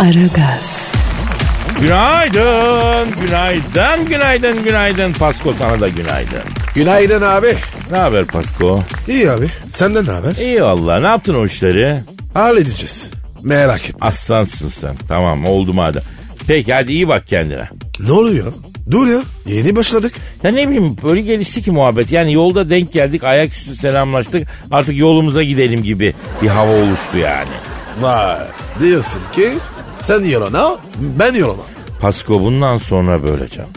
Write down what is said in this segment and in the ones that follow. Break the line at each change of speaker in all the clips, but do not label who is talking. Aragaz,
Günaydın, günaydın, günaydın, günaydın. Pasko sana da günaydın.
Günaydın abi.
Ne haber Pasko?
İyi abi. Senden ne haber?
İyi valla. Ne yaptın o işleri?
Halledeceğiz. Merak etme.
Aslansın sen. Tamam oldu madem. Peki hadi iyi bak kendine.
Ne oluyor? Dur ya. Yeni başladık.
Ya ne bileyim böyle gelişti ki muhabbet. Yani yolda denk geldik, ayaküstü selamlaştık. Artık yolumuza gidelim gibi bir hava oluştu yani.
Vay. Diyorsun ki sen yoluna ben yoluma.
Pasko bundan sonra böyle canım.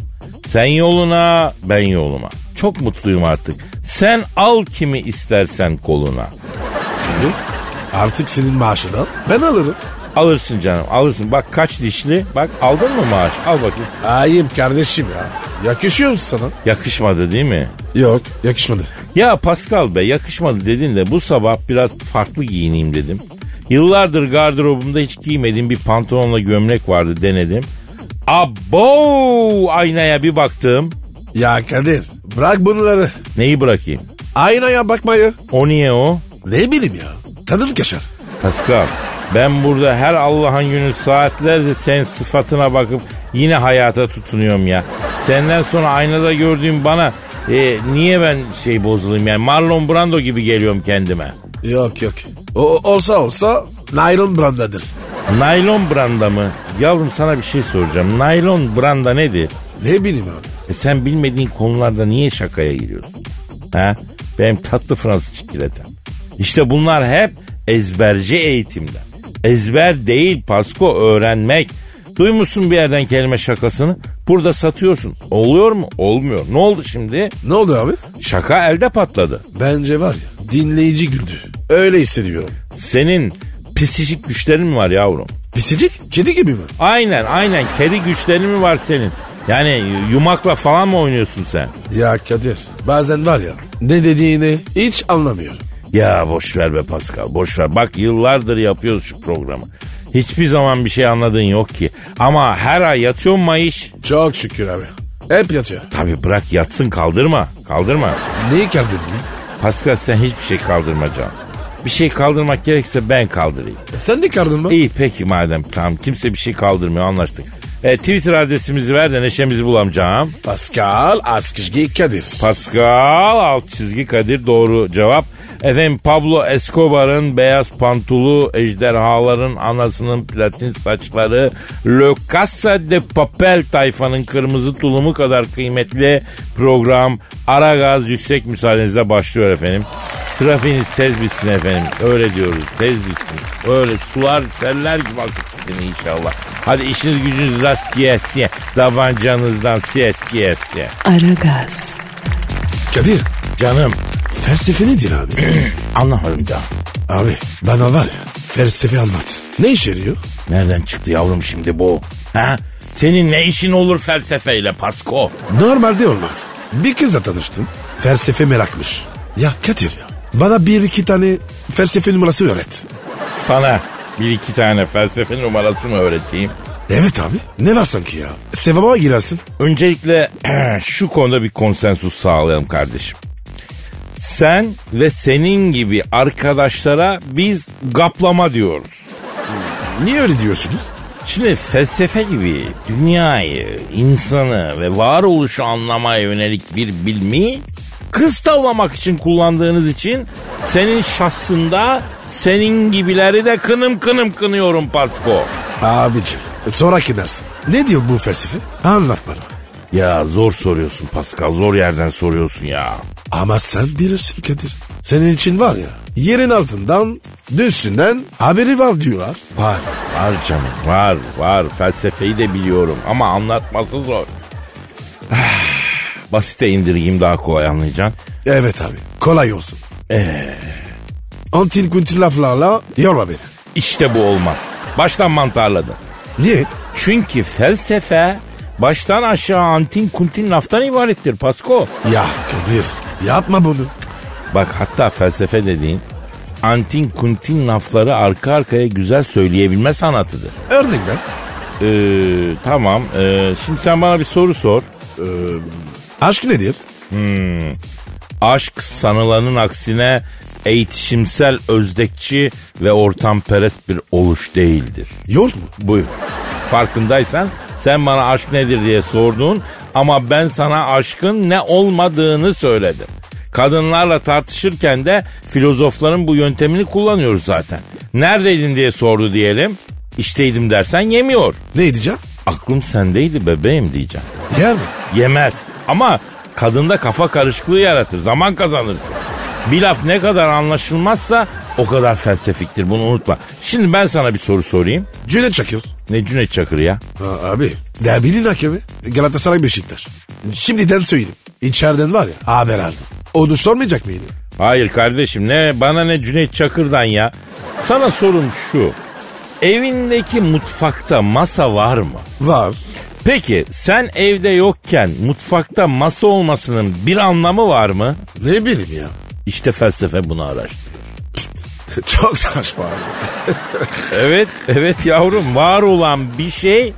Sen yoluna, ben yoluma. Çok mutluyum artık. Sen al kimi istersen koluna.
Kadir, Artık senin maaşından ben alırım.
Alırsın canım alırsın. Bak kaç dişli. Bak aldın mı maaş? Al bakayım.
Ayıp kardeşim ya. Yakışıyor mu sana?
Yakışmadı değil mi?
Yok yakışmadı.
Ya Pascal Bey yakışmadı dedin de bu sabah biraz farklı giyineyim dedim. Yıllardır gardırobumda hiç giymediğim bir pantolonla gömlek vardı denedim. Abo! Aynaya bir baktım.
Ya Kadir bırak bunları.
Neyi bırakayım?
Aynaya bakmayı.
O niye o?
Ne bileyim ya. Tadım kaşar.
Pascal ben burada her Allah'ın günü saatlerce sen sıfatına bakıp yine hayata tutunuyorum ya. Senden sonra aynada gördüğüm bana e, niye ben şey bozulayım yani Marlon Brando gibi geliyorum kendime.
Yok yok. O, olsa olsa Naylon brandadır.
Naylon branda mı? Yavrum sana bir şey soracağım. Naylon branda nedir?
Ne bileyim abi.
E sen bilmediğin konularda niye şakaya giriyorsun? Ha? Benim tatlı Fransız çikolatam. İşte bunlar hep ezberci eğitimden. Ezber değil Pasko öğrenmek. Duymuşsun bir yerden kelime şakasını. Burada satıyorsun. Oluyor mu? Olmuyor. Ne oldu şimdi?
Ne oldu abi?
Şaka elde patladı.
Bence var ya dinleyici güldü. Öyle hissediyorum.
Senin psişik güçlerin mi var yavrum?
Pisicik kedi gibi mi?
Aynen aynen kedi güçlerin mi var senin? Yani yumakla falan mı oynuyorsun sen?
Ya Kadir bazen var ya ne dediğini hiç anlamıyor.
Ya boş ver be Pascal boş ver. Bak yıllardır yapıyoruz şu programı. Hiçbir zaman bir şey anladığın yok ki. Ama her ay yatıyor mu iş?
Çok şükür abi. Hep yatıyor.
Tabi bırak yatsın kaldırma. Kaldırma.
Neyi kaldırdın?
Pascal sen hiçbir şey kaldırma canım. Bir şey kaldırmak gerekse ben kaldırayım.
E, Sen de kardın mı?
İyi peki madem tamam kimse bir şey kaldırmıyor anlaştık. E, Twitter adresimizi ver de neşemizi bulamcam.
Pascal Askışgi Kadir.
Pascal alt çizgi Kadir doğru cevap. Efendim Pablo Escobar'ın beyaz pantolu, ejderhaların anasının platin saçları, Le Casa de Papel tayfanın kırmızı tulumu kadar kıymetli program Aragaz yüksek müsaadenizle başlıyor efendim. Trafiğiniz tez bitsin efendim. Öyle diyoruz tez bitsin. Öyle sular seller gibi akıp gidin inşallah. Hadi işiniz gücünüz rast giyesiye. Davancanızdan siyes giyesiye.
Aragaz,
Kadir
Canım
felsefe nedir abi?
Anlamadım da.
abi bana var ya felsefe anlat. Ne işe yarıyor?
Nereden çıktı yavrum şimdi bu? Ha? Senin ne işin olur felsefeyle Pasko?
Normalde olmaz. Bir kızla tanıştım. Felsefe merakmış. Ya Kadir ya. Bana bir iki tane felsefe numarası öğret.
Sana bir iki tane felsefe numarası mı öğreteyim?
Evet abi. Ne var sanki ya? Sevaba girersin.
Öncelikle şu konuda bir konsensus sağlayalım kardeşim. Sen ve senin gibi arkadaşlara biz gaplama diyoruz.
Niye öyle diyorsunuz?
Şimdi felsefe gibi dünyayı, insanı ve varoluşu anlamaya yönelik bir bilmi kız tavlamak için kullandığınız için senin şahsında senin gibileri de kınım kınım kınıyorum Pasko.
Abicim sonra gidersin. Ne diyor bu felsefe? Anlat bana.
Ya zor soruyorsun Pascal zor yerden soruyorsun ya.
Ama sen bilirsin Kadir. Senin için var ya yerin altından üstünden haberi var diyorlar.
Var. Var canım var var felsefeyi de biliyorum ama anlatması zor. Ah, Basite indireyim daha kolay anlayacaksın.
Evet abi kolay olsun. Antil kuntil laflarla yorma beni.
İşte bu olmaz. Baştan mantarladın.
Niye?
Çünkü felsefe baştan aşağı antin kuntin laftan ibarettir Pasko.
Ya Kadir yapma bunu.
Bak hatta felsefe dediğin antin kuntin lafları arka arkaya güzel söyleyebilme sanatıdır.
Örnek ver.
Ee, tamam. ee, şimdi sen bana bir soru sor.
Aşk nedir?
Aşk sanılanın aksine eğitişimsel, özdekçi ve ortamperest bir oluş değildir.
Yoğurt mu?
Buyur. Farkındaysan sen bana aşk nedir diye sordun ama ben sana aşkın ne olmadığını söyledim. Kadınlarla tartışırken de filozofların bu yöntemini kullanıyoruz zaten. Neredeydin diye sordu diyelim. İşteydim dersen yemiyor.
Ne edeceğim?
Aklım sendeydi bebeğim diyeceğim.
Yer mi?
Yemez. Ama kadında kafa karışıklığı yaratır. Zaman kazanırsın. Bir laf ne kadar anlaşılmazsa o kadar felsefiktir. Bunu unutma. Şimdi ben sana bir soru sorayım.
Cüneyt Çakır.
Ne Cüneyt Çakır ya?
Ha, abi derbinin hakemi Galatasaray Beşiktaş. Şimdiden söyleyeyim. İçeriden var ya haber aldım. Onu sormayacak mıydı?
Hayır kardeşim ne bana ne Cüneyt Çakır'dan ya. Sana sorum şu. Evindeki mutfakta masa var mı?
Var.
Peki sen evde yokken mutfakta masa olmasının bir anlamı var mı?
Ne bileyim ya.
İşte felsefe bunu araştır.
Çok saçma abi.
Evet, evet yavrum var olan bir şey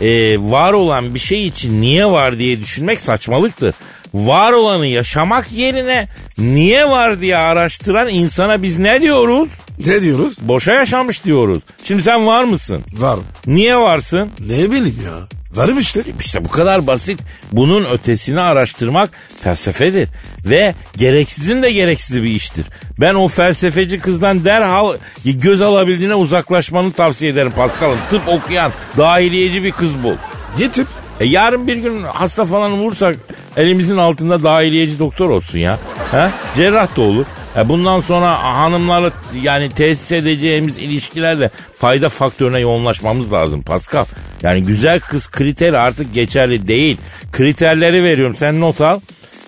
e, var olan bir şey için niye var diye düşünmek saçmalıktır. Var olanı yaşamak yerine niye var diye araştıran insana biz ne diyoruz?
Ne diyoruz?
Boşa yaşamış diyoruz. Şimdi sen var mısın?
Var.
Niye varsın?
Ne bileyim ya. Varım işte.
İşte bu kadar basit. Bunun ötesini araştırmak felsefedir. Ve gereksizin de gereksiz bir iştir. Ben o felsefeci kızdan derhal göz alabildiğine uzaklaşmanı tavsiye ederim Paskal'ım. Tıp okuyan, dahiliyeci bir kız bul.
Ne tip?
E yarın bir gün hasta falan olursak elimizin altında dahiliyeci doktor olsun ya. Ha? Cerrah da olur. E bundan sonra hanımlarla yani tesis edeceğimiz ilişkilerde fayda faktörüne yoğunlaşmamız lazım Pascal. Yani güzel kız kriteri artık geçerli değil. Kriterleri veriyorum sen not al.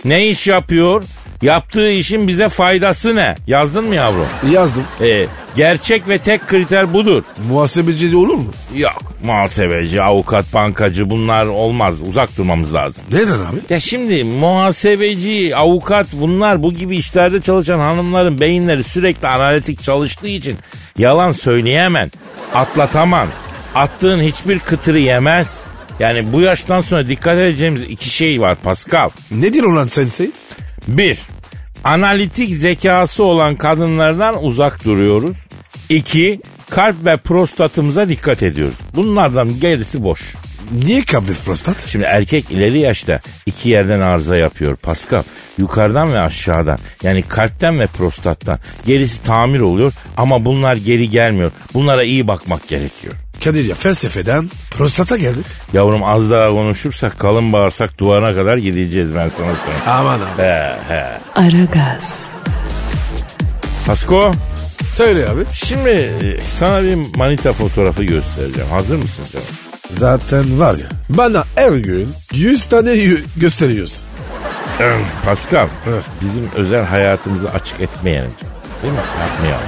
Ne iş yapıyor? Yaptığı işin bize faydası ne? Yazdın mı yavrum?
Yazdım.
E, gerçek ve tek kriter budur.
Muhasebeci de olur mu?
Yok muhasebeci, avukat, bankacı bunlar olmaz. Uzak durmamız lazım.
Neden abi?
Ya şimdi muhasebeci, avukat bunlar bu gibi işlerde çalışan hanımların beyinleri sürekli analitik çalıştığı için yalan söyleyemen, atlataman, attığın hiçbir kıtırı yemez. Yani bu yaştan sonra dikkat edeceğimiz iki şey var Pascal.
Nedir olan sensei?
Bir, analitik zekası olan kadınlardan uzak duruyoruz. İki, kalp ve prostatımıza dikkat ediyoruz. Bunlardan gerisi boş.
Niye kabif prostat?
Şimdi erkek ileri yaşta iki yerden arıza yapıyor Pascal. Yukarıdan ve aşağıdan. Yani kalpten ve prostattan. Gerisi tamir oluyor ama bunlar geri gelmiyor. Bunlara iyi bakmak gerekiyor.
Kadir ya felsefeden prostata geldik.
Yavrum az daha konuşursak kalın bağırsak duvarına kadar gideceğiz ben sana söyleyeyim.
Aman abi.
He he.
Aragaz,
Pasko
Söyle abi.
şimdi e, sana bir manita fotoğrafı göstereceğim. Hazır mısın canım?
Zaten var ya bana her gün 100 tane yü- gösteriyorsun.
Pascal bizim özel hayatımızı açık etmeyelim. canım. Değil mi? Yapmayalım.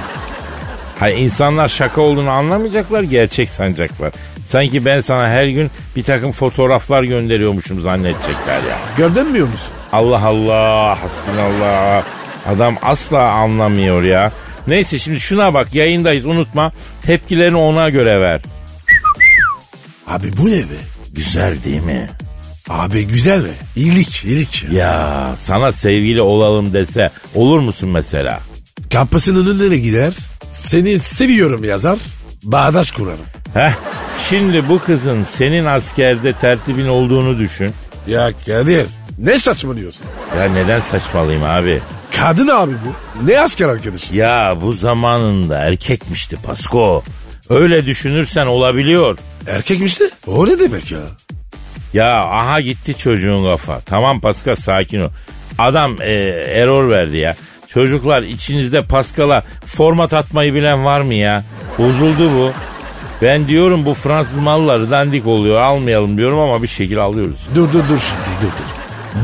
Hayır insanlar şaka olduğunu anlamayacaklar, gerçek sanacaklar. Sanki ben sana her gün bir takım fotoğraflar gönderiyormuşum zannedecekler ya.
Gördün mü musun?
Allah Allah, hasbinallah. Adam asla anlamıyor ya. Neyse şimdi şuna bak yayındayız unutma. Tepkilerini ona göre ver.
Abi bu ne be?
Güzel değil mi?
Abi güzel be. İyilik iyilik.
Ya sana sevgili olalım dese olur musun mesela?
Kapısının önüne gider. Seni seviyorum yazar. Bağdaş kurarım.
Heh, şimdi bu kızın senin askerde tertibin olduğunu düşün.
Ya Kadir ne saçmalıyorsun?
Ya neden saçmalıyım abi?
Kadın abi bu. Ne asker arkadaşı?
Ya bu zamanında erkekmişti Pasko. Öyle düşünürsen olabiliyor.
Erkekmiş de. O ne demek ya?
Ya aha gitti çocuğun kafa. Tamam Pascal sakin ol. Adam e, error verdi ya. Çocuklar içinizde Pascal'a format atmayı bilen var mı ya? Bozuldu bu. Ben diyorum bu Fransız malları dandik oluyor almayalım diyorum ama bir şekil alıyoruz.
Dur dur dur şimdi dur dur.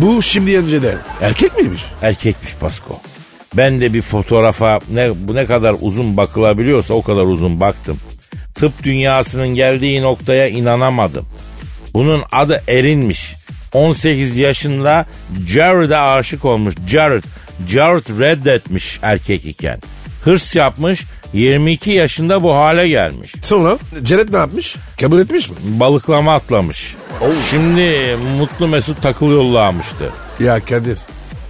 Bu şimdi önceden. Erkek miymiş?
Erkekmiş Pasko. Ben de bir fotoğrafa ne, bu ne kadar uzun bakılabiliyorsa o kadar uzun baktım. Tıp dünyasının geldiği noktaya inanamadım. Bunun adı Erin'miş. 18 yaşında Jared'e aşık olmuş. Jared. Jared reddetmiş erkek iken. Hırs yapmış. 22 yaşında bu hale gelmiş.
Sonra Ceret ne yapmış? Kabul etmiş mi?
Balıklama atlamış. Şimdi Mutlu Mesut takıl yollamıştı.
Ya Kadir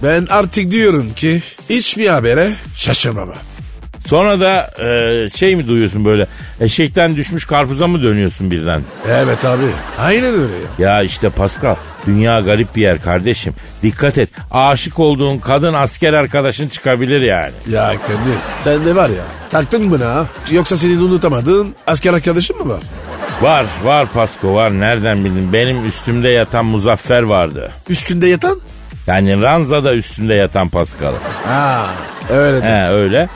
ben artık diyorum ki hiçbir habere şaşırmama.
Sonra da e, şey mi duyuyorsun böyle eşekten düşmüş karpuza mı dönüyorsun birden?
Evet abi aynen öyle ya.
Ya işte Pascal dünya garip bir yer kardeşim. Dikkat et aşık olduğun kadın asker arkadaşın çıkabilir yani.
Ya Kadir sen de var ya taktın buna ha. Yoksa senin unutamadığın asker arkadaşın mı var?
Var var Pasko var nereden bildin benim üstümde yatan Muzaffer vardı.
Üstünde yatan?
Yani ranzada üstümde yatan Pascal.
Ha öyle de.
He öyle.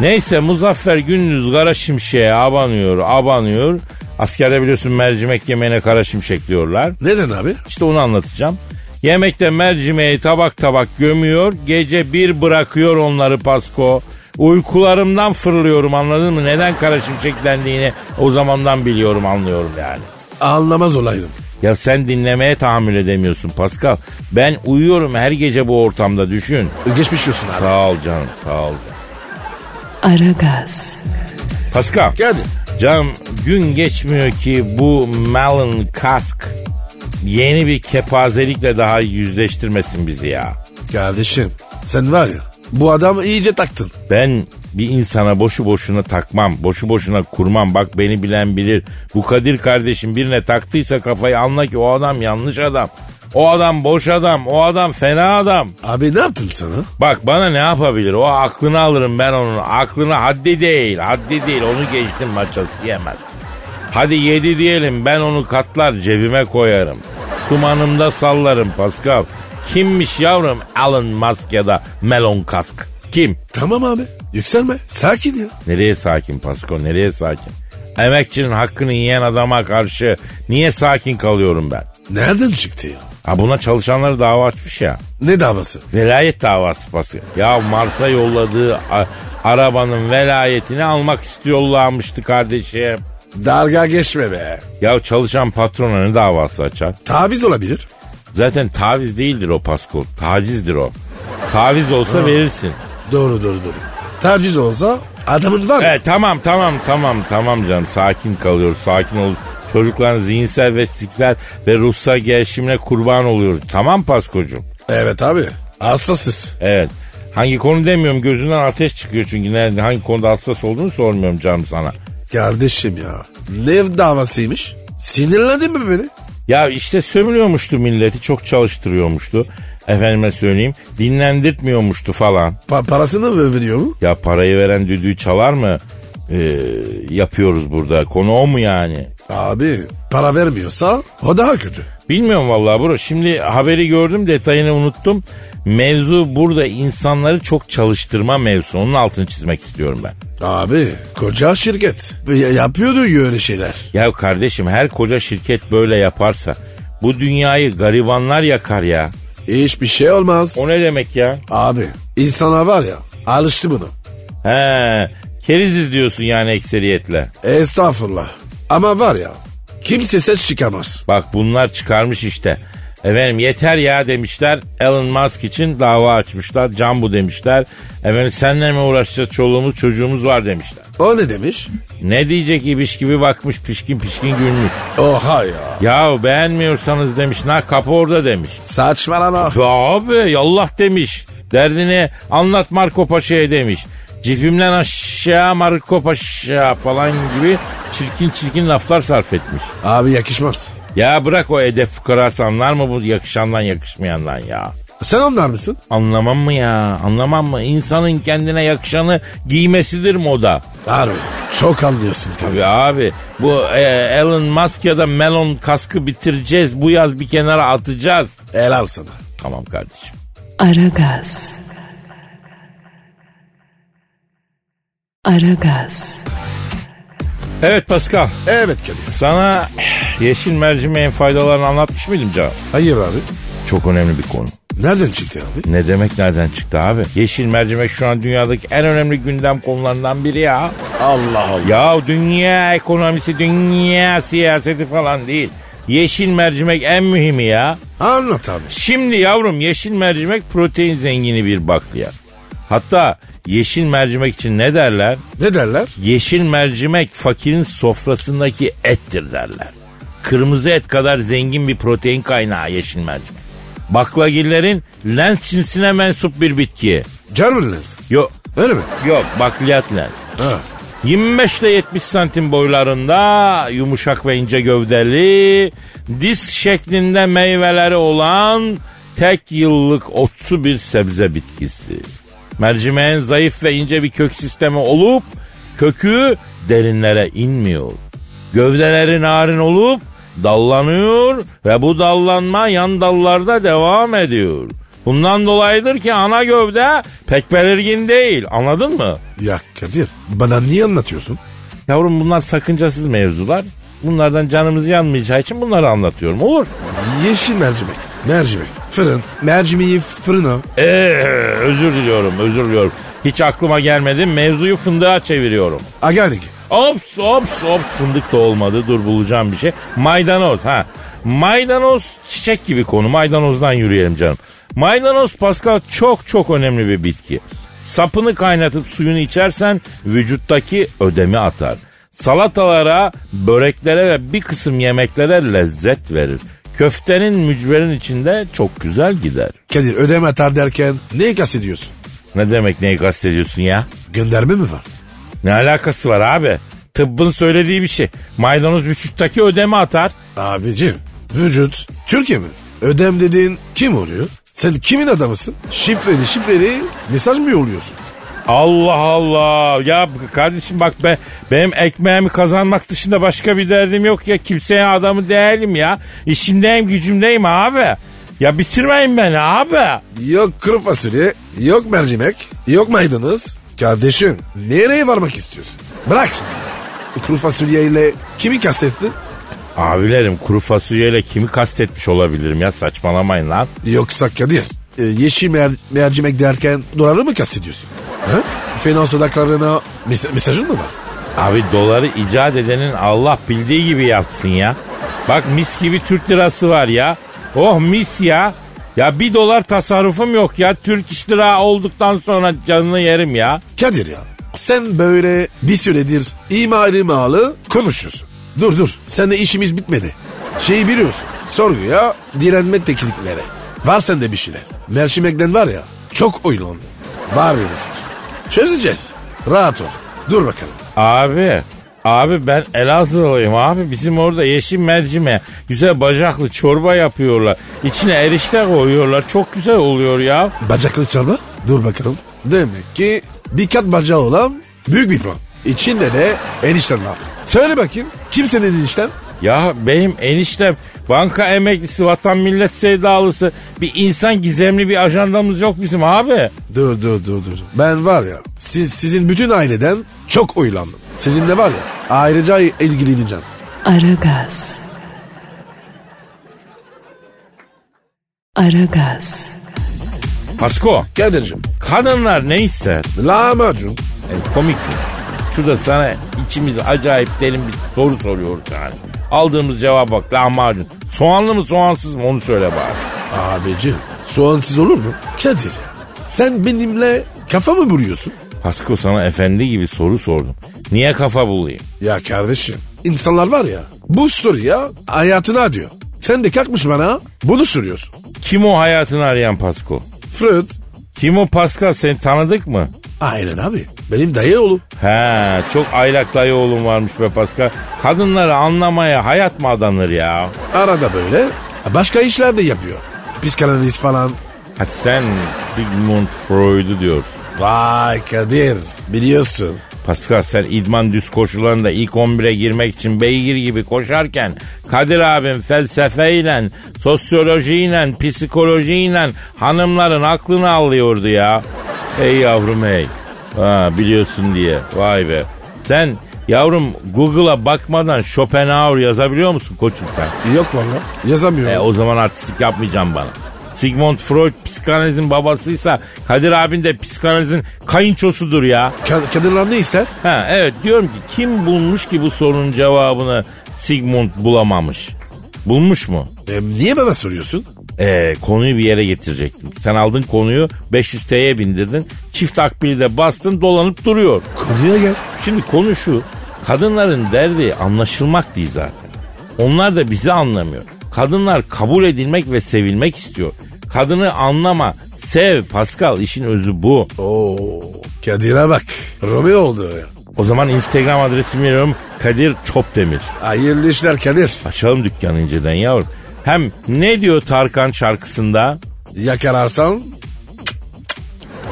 Neyse Muzaffer gündüz kara şimşeğe abanıyor abanıyor. Askerde biliyorsun mercimek yemeğine kara şimşek diyorlar.
Neden abi?
İşte onu anlatacağım. Yemekte mercimeği tabak tabak gömüyor. Gece bir bırakıyor onları Pasko. Uykularımdan fırlıyorum anladın mı? Neden kara şimşek dendiğini o zamandan biliyorum anlıyorum yani.
Anlamaz olaydım.
Ya sen dinlemeye tahammül edemiyorsun Pascal. Ben uyuyorum her gece bu ortamda düşün.
Geçmiş olsun abi.
Sağ ol canım sağ ol. Canım.
Aragaz,
Pascal.
Kadir.
Canım gün geçmiyor ki bu Malin Kask yeni bir kepazelikle daha yüzleştirmesin bizi ya.
Kardeşim sen var ya bu adamı iyice taktın.
Ben bir insana boşu boşuna takmam, boşu boşuna kurmam. Bak beni bilen bilir. Bu Kadir kardeşim birine taktıysa kafayı anla ki o adam yanlış adam. O adam boş adam, o adam fena adam.
Abi ne yaptın sana?
Bak bana ne yapabilir? O aklını alırım ben onun. Aklını haddi değil, haddi değil. Onu geçtim maçası yemez. Hadi yedi diyelim ben onu katlar cebime koyarım. Kumanımda sallarım Pascal. Kimmiş yavrum Alan Musk ya da Melon Kask? Kim?
Tamam abi yükselme sakin ya.
Nereye sakin Pasko nereye sakin? Emekçinin hakkını yiyen adama karşı niye sakin kalıyorum ben?
Nereden çıktı ya?
Ha buna çalışanları dava açmış ya.
Ne davası?
Velayet davası Pascal. Ya Mars'a yolladığı a- arabanın velayetini almak istiyorlarmıştı kardeşim.
Darga geçme be.
Ya çalışan patrona ne davası açar?
Taviz olabilir.
Zaten taviz değildir o Pasko. Tacizdir o. Taviz olsa verirsin.
Doğru doğru doğru. Taciz olsa adamın var ya.
E, tamam tamam tamam tamam canım sakin kalıyoruz sakin ol. Çocukların zihinsel vestikler ve ruhsal gelişimine kurban oluyoruz. Tamam Paskocuğum.
Evet abi hassasız.
Evet. Hangi konu demiyorum gözünden ateş çıkıyor çünkü nerede hangi konuda hassas olduğunu sormuyorum canım sana.
Kardeşim ya ne davasıymış? Sinirlendin mi beni?
Ya işte sömürüyormuştu milleti çok çalıştırıyormuştu. Efendime söyleyeyim dinlendirtmiyormuştu falan.
Pa- parasını mı veriyor mu?
Ya parayı veren düdüğü çalar mı? Ee, yapıyoruz burada konu o mu yani?
Abi para vermiyorsa o daha kötü.
Bilmiyorum vallahi bro. Şimdi haberi gördüm detayını unuttum. Mevzu burada insanları çok çalıştırma mevzusu. Onun altını çizmek istiyorum ben.
Abi koca şirket Ya- yapıyordu ya öyle şeyler.
Ya kardeşim her koca şirket böyle yaparsa bu dünyayı garibanlar yakar ya.
Hiçbir şey olmaz.
O ne demek ya?
Abi insana var ya alıştı bunu.
He keriziz diyorsun yani ekseriyetle.
Estağfurullah. Ama var ya kimse ses çıkamaz.
Bak bunlar çıkarmış işte. Efendim yeter ya demişler. Elon Musk için dava açmışlar. Can bu demişler. Efendim senle mi uğraşacağız çoluğumuz çocuğumuz var demişler.
O ne demiş?
Ne diyecek ibiş gibi bakmış pişkin pişkin gülmüş.
Oha ya.
Ya beğenmiyorsanız demiş na kapı orada demiş.
Saçmalama.
Ya abi yallah demiş. Derdini anlat Marco Paşa'ya demiş. Cipimden aşağı Marco Paşa falan gibi çirkin çirkin laflar sarf etmiş.
Abi yakışmaz.
Ya bırak o edep fukarası anlar mı bu yakışandan yakışmayandan ya?
Sen anlar mısın?
Anlamam mı ya? Anlamam mı? İnsanın kendine yakışanı giymesidir moda.
Harbi. Çok anlıyorsun tabii.
Abi abi bu e, Elon Musk ya da Melon kaskı bitireceğiz. Bu yaz bir kenara atacağız.
Helal sana.
Tamam kardeşim.
Aragaz. Aragaz,
Evet Pascal
Evet Kadir.
sana yeşil mercimeğin faydalarını anlatmış mıydım canım?
Hayır abi.
Çok önemli bir konu.
Nereden çıktı abi?
Ne demek nereden çıktı abi? Yeşil mercimek şu an dünyadaki en önemli gündem konularından biri ya.
Allah Allah.
Ya dünya ekonomisi, dünya siyaseti falan değil. Yeşil mercimek en mühimi ya.
Anlat abi.
Şimdi yavrum yeşil mercimek protein zengini bir bakliyat. Hatta yeşil mercimek için ne derler?
Ne derler?
Yeşil mercimek fakirin sofrasındaki ettir derler. Kırmızı et kadar zengin bir protein kaynağı yeşil mercimek. Baklagillerin lens cinsine mensup bir bitki.
German lens.
Yok,
Öyle mi?
yok bakliyat lens.
Ha.
25 ile 70 santim boylarında yumuşak ve ince gövdeli disk şeklinde meyveleri olan tek yıllık otsu bir sebze bitkisi. Mercimeğin zayıf ve ince bir kök sistemi olup kökü derinlere inmiyor. Gövdeleri narin olup dallanıyor ve bu dallanma yan dallarda devam ediyor. Bundan dolayıdır ki ana gövde pek belirgin değil anladın mı?
Ya Kadir bana niye anlatıyorsun?
Yavrum bunlar sakıncasız mevzular. Bunlardan canımız yanmayacağı için bunları anlatıyorum. Olur.
Yeşil mercimek. Mercimek. Fırın. Mercimeği fırına.
Ee, özür diliyorum, özür diliyorum. Hiç aklıma gelmedi. Mevzuyu fındığa çeviriyorum.
Aganik.
Ops, ops, ops. Fındık da olmadı. Dur bulacağım bir şey. Maydanoz, ha. Maydanoz çiçek gibi konu. Maydanozdan yürüyelim canım. Maydanoz Pascal çok çok önemli bir bitki. Sapını kaynatıp suyunu içersen vücuttaki ödemi atar. Salatalara, böreklere ve bir kısım yemeklere lezzet verir. Köftenin mücverin içinde çok güzel gider.
Kadir ödeme atar derken neyi kastediyorsun?
Ne demek neyi kastediyorsun ya?
Gönderme mi var?
Ne alakası var abi? Tıbbın söylediği bir şey. Maydanoz vücuttaki ödemi atar.
Abicim vücut Türkiye mi? Ödem dediğin kim oluyor? Sen kimin adamısın? Şifreli şifreli mesaj mı yolluyorsun?
Allah Allah. Ya kardeşim bak ben benim ekmeğimi kazanmak dışında başka bir derdim yok ya. Kimseye adamı değilim ya. İşimdeyim gücümdeyim abi. Ya bitirmeyin beni abi.
Yok kuru fasulye, yok mercimek, yok maydanoz. Kardeşim nereye varmak istiyorsun? Bırak şimdi. Kuru fasulyeyle kimi kastettin?
Abilerim kuru fasulyeyle kimi kastetmiş olabilirim ya saçmalamayın lan.
Yoksa Kadir e, yeşil mer- mercimek derken doları mı kastediyorsun? Ha? Finans odaklarına mes- mesajın mı var?
Abi doları icat edenin Allah bildiği gibi yapsın ya. Bak mis gibi Türk lirası var ya. Oh mis ya. Ya bir dolar tasarrufum yok ya. Türk iş lira olduktan sonra canını yerim ya.
Kadir ya sen böyle bir süredir imali malı konuşuyorsun. Dur dur seninle işimiz bitmedi. Şeyi biliyorsun sorguya direnme tekniklere. Var sende bir şeyler. Merşimek'ten var ya çok oylandı. Var bir mesaj. Çözeceğiz. Rahat ol. Dur bakalım.
Abi Abi ben Elazığlıyım abi. Bizim orada yeşil mercime güzel bacaklı çorba yapıyorlar. İçine erişte koyuyorlar. Çok güzel oluyor ya.
Bacaklı çorba. Dur bakalım. Demek ki dikkat bacağı olan büyük bir plan. İçinde de enişten var. Söyle bakayım kim senin enişten?
Ya benim eniştem banka emeklisi, vatan millet sevdalısı bir insan gizemli bir ajandamız yok bizim abi.
Dur dur dur dur. Ben var ya siz, sizin bütün aileden çok oylandım. Sizinle var ya ayrıca ilgileneceğim.
Aragaz. Aragaz.
Pasko,
Kadir'cim
kadınlar ne ister?
lahmacun.
E, komik mi? Şurada sana içimiz acayip derin bir soru soruyoruz yani. Aldığımız cevap bak lahmacun. Soğanlı mı soğansız mı onu söyle bari.
Abicim soğansız olur mu? Kadir ya sen benimle kafa mı vuruyorsun?
Pasko sana efendi gibi soru sordum. Niye kafa bulayım?
Ya kardeşim insanlar var ya bu soruya hayatına diyor. Sen de kalkmış bana bunu soruyorsun.
Kim o hayatını arayan Pasko?
Freud.
Kim o Pascal seni tanıdık mı?
Aynen abi benim dayı oğlu.
He çok aylak dayı oğlum varmış be Pascal. Kadınları anlamaya hayat mı adanır ya?
Arada böyle başka işler de yapıyor. Psikanaliz falan.
Ha sen Sigmund Freud'u diyorsun.
Vay Kadir biliyorsun.
Pascal sen idman düz koşularında ilk 11'e girmek için beygir gibi koşarken Kadir abim felsefeyle, sosyolojiyle, psikolojiyle hanımların aklını allıyordu ya. Ey yavrum ey. Ha, biliyorsun diye. Vay be. Sen yavrum Google'a bakmadan Schopenhauer yazabiliyor musun koçum sen?
Yok valla yazamıyorum.
E, o zaman artistlik yapmayacağım bana. Sigmund Freud psikanalizin babasıysa Kadir abin de psikanalizin kayınçosudur ya.
Ka- kadınlar ne ister?
Ha evet diyorum ki kim bulmuş ki bu sorunun cevabını Sigmund bulamamış. Bulmuş mu?
E, niye bana soruyorsun?
Ee, konuyu bir yere getirecektim. Sen aldın konuyu 500 T'ye bindirdin. Çift akbili de bastın dolanıp duruyor.
Konuya gel.
Şimdi konu şu. Kadınların derdi anlaşılmak değil zaten. Onlar da bizi anlamıyor. Kadınlar kabul edilmek ve sevilmek istiyor. Kadını anlama, sev Pascal işin özü bu.
Oo, Kadir'e bak. Romeo oldu ya.
O zaman Instagram adresimi veriyorum Kadir Çopdemir.
Hayırlı işler Kadir.
Açalım dükkanı inceden yavrum. Hem ne diyor Tarkan şarkısında?
Yakararsan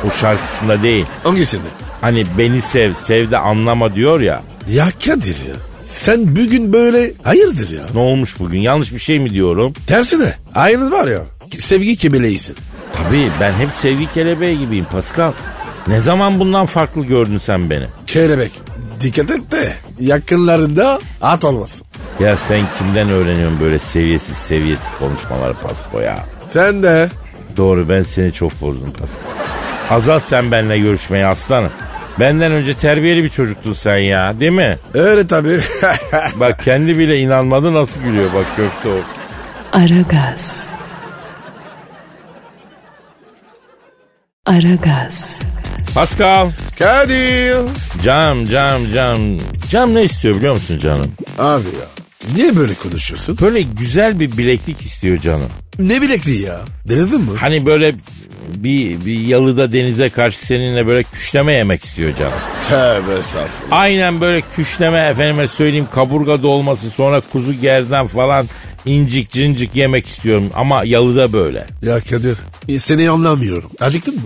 O şarkısında değil.
hangisini?
Hani beni sev, sev de anlama diyor ya.
Ya Kadir ya. Sen bugün böyle hayırdır ya.
Ne olmuş bugün? Yanlış bir şey mi diyorum?
Tersine. Aynı var ya. Sevgi kebeleysin.
Tabii ben hep sevgi kelebeği gibiyim Pascal. Ne zaman bundan farklı gördün sen beni?
Kelebek. Dikkat et de yakınlarında at olmasın.
Ya sen kimden öğreniyorsun böyle seviyesiz seviyesiz konuşmaları Pasko ya?
Sen de.
Doğru ben seni çok bozdum Pasko. Azalt sen benimle görüşmeyi aslanım. Benden önce terbiyeli bir çocuktun sen ya değil mi?
Öyle tabii.
Bak kendi bile inanmadı nasıl gülüyor bak gökte o.
Aragaz. Aragaz.
Pascal.
Kadir.
Cam cam cam. Cam ne istiyor biliyor musun canım?
Abi ya. Niye böyle konuşuyorsun?
Böyle güzel bir bileklik istiyor canım.
Ne bilekliği ya? Denedin mi?
Hani böyle bir, bir yalıda denize karşı seninle böyle küşleme yemek istiyor canım.
Tövbe estağfurullah.
Aynen böyle küşleme efendime söyleyeyim kaburga dolması sonra kuzu gerdan falan incik cincik yemek istiyorum ama yalıda böyle.
Ya Kadir. e, Seni anlamıyorum. Acıktın mı?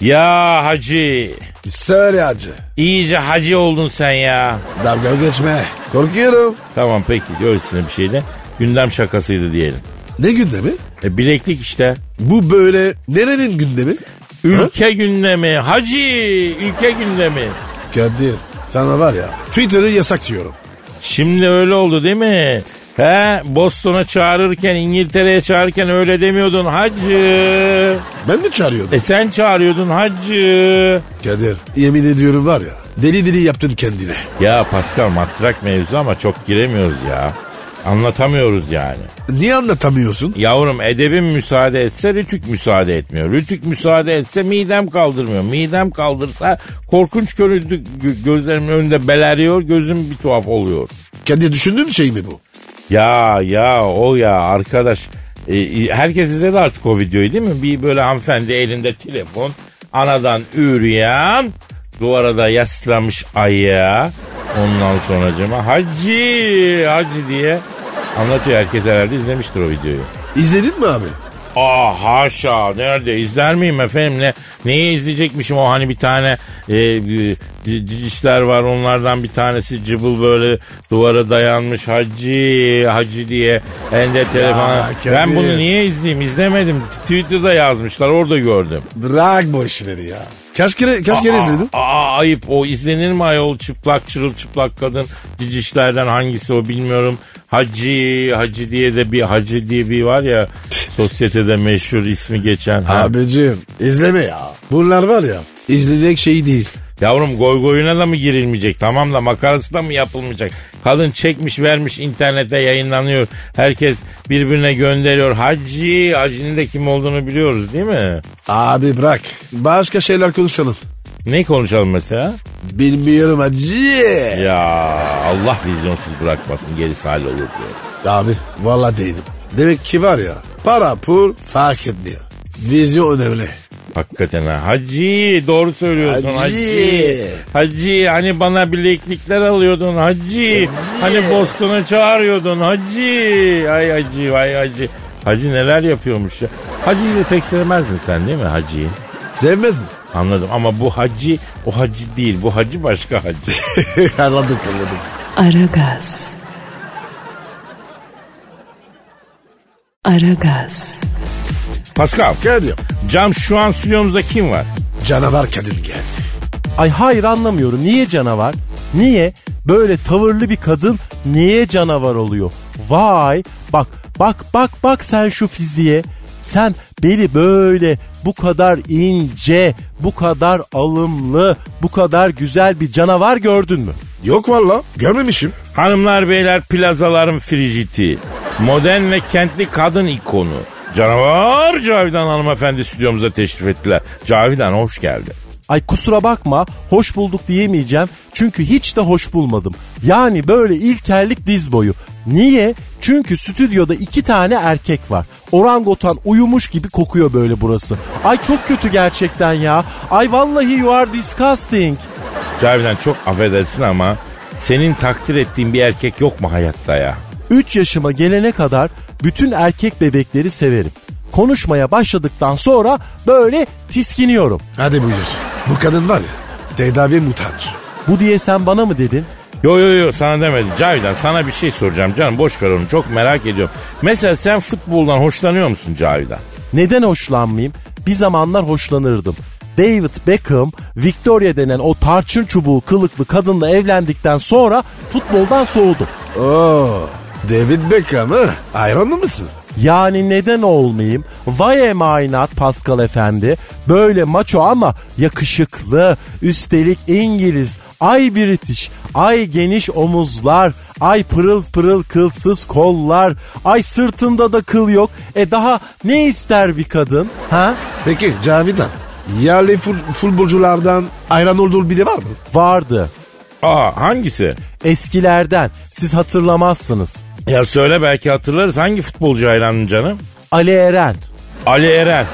Ya hacı
Söyle acı.
iyice hacı oldun sen ya.
Dalga geçme. Korkuyorum.
Tamam peki öylesine bir şey de gündem şakasıydı diyelim.
Ne gündemi?
E, bileklik işte.
Bu böyle nerenin gündemi?
Ülke gündemi hacı ülke gündemi.
Kadir sana var ya Twitter'ı yasak diyorum.
Şimdi öyle oldu değil mi? He Boston'a çağırırken İngiltere'ye çağırırken öyle demiyordun hacı.
Ben mi çağırıyordum?
E sen çağırıyordun hacı.
E, Kadir yemin ediyorum var ya deli deli yaptın kendine.
Ya Pascal matrak mevzu ama çok giremiyoruz ya. Anlatamıyoruz yani.
Niye anlatamıyorsun?
Yavrum edebim müsaade etse rütük müsaade etmiyor. Rütük müsaade etse midem kaldırmıyor. Midem kaldırsa korkunç görüldü gö- gözlerimin önünde beleriyor gözüm bir tuhaf oluyor.
Kadir düşündüğün şey mi bu?
Ya ya o ya arkadaş. E, e, herkes izledi artık o videoyu değil mi? Bir böyle hanımefendi elinde telefon. Anadan üryan. Duvara da yaslamış ayağa. Ondan sonracıma hacı hacı diye anlatıyor. Herkes herhalde izlemiştir o videoyu.
İzledin mi abi?
Aa haşa nerede izler miyim efendim ne neyi izleyecekmişim o hani bir tane e, e, c- cicişler var onlardan bir tanesi cıbıl böyle duvara dayanmış hacı hacı diye elinde telefon
Kadir.
ben bunu niye izleyeyim izlemedim Twitter'da yazmışlar orada gördüm
Bırak bu işleri ya. Kaç kere kaç kere izledin?
Aa ayıp o izlenir mi ayol çıplak çırılçıplak kadın cicişlerden hangisi o bilmiyorum. Hacı, hacı diye de bir hacı diye bir var ya sosyetede meşhur ismi geçen. Ha.
Abicim izleme ya. Bunlar var ya izlenecek şey değil.
Yavrum goy goyuna da mı girilmeyecek tamam da makarası da mı yapılmayacak? Kadın çekmiş vermiş internete yayınlanıyor. Herkes birbirine gönderiyor. Hacı, hacının da kim olduğunu biliyoruz değil mi?
Abi bırak. Başka şeyler konuşalım.
Ne konuşalım mesela?
Bilmiyorum acı.
Ya Allah vizyonsuz bırakmasın gerisi hal olur diyor.
Abi valla değilim. Demek ki var ya para pul fark etmiyor. Vizyon önemli.
Hakikaten ha. Hacı doğru söylüyorsun
Hacı.
hacı. Hacı. hani bana bileklikler alıyordun hacı. Hani Boston'a çağırıyordun hacı. Ay hacı vay hacı. Hacı neler yapıyormuş ya. Hacı'yı da pek sevmezdin sen değil mi hacıyı?
Sevmez mi?
Anladım ama bu hacı o hacı değil. Bu hacı başka hacı.
anladık anladık.
Aragaz. Aragaz.
Pascal.
Kadir.
Cam şu an stüdyomuzda kim var?
Canavar Kadir geldi.
Ay hayır anlamıyorum. Niye canavar? Niye? Böyle tavırlı bir kadın niye canavar oluyor? Vay! Bak, bak, bak, bak sen şu fiziğe. Sen beli böyle bu kadar ince, bu kadar alımlı, bu kadar güzel bir canavar gördün mü?
Yok valla görmemişim.
Hanımlar beyler plazaların frijiti. Modern ve kentli kadın ikonu. Canavar Cavidan hanımefendi stüdyomuza teşrif ettiler. Cavidan hoş geldin.
Ay kusura bakma hoş bulduk diyemeyeceğim çünkü hiç de hoş bulmadım. Yani böyle ilkellik diz boyu. Niye? Çünkü stüdyoda iki tane erkek var. Orangutan uyumuş gibi kokuyor böyle burası. Ay çok kötü gerçekten ya. Ay vallahi you are disgusting.
Cavidan çok affedersin ama senin takdir ettiğin bir erkek yok mu hayatta ya?
3 yaşıma gelene kadar bütün erkek bebekleri severim. Konuşmaya başladıktan sonra böyle tiskiniyorum.
Hadi buyur. Bu kadın var ya tedavi muhtaç.
Bu diye sen bana mı dedin?
Yo yo yo sana demedi. Cavidan sana bir şey soracağım canım boş ver onu çok merak ediyorum. Mesela sen futboldan hoşlanıyor musun Cavidan?
Neden hoşlanmayayım? Bir zamanlar hoşlanırdım. David Beckham, Victoria denen o tarçın çubuğu kılıklı kadınla evlendikten sonra futboldan soğudum.
Oo, David Beckham ha? Hayranı mısın?
Yani neden olmayayım? Vay emainat Pascal Efendi. Böyle maço ama yakışıklı. Üstelik İngiliz. Ay British. Ay geniş omuzlar. Ay pırıl pırıl kılsız kollar. Ay sırtında da kıl yok. E daha ne ister bir kadın? Ha?
Peki Cavidan. Yerli ful, futbolculardan hayran olduğun biri var mı?
Vardı.
Aa hangisi?
Eskilerden. Siz hatırlamazsınız.
Ya söyle belki hatırlarız. Hangi futbolcu hayranın canım?
Ali Eren.
Ali Eren.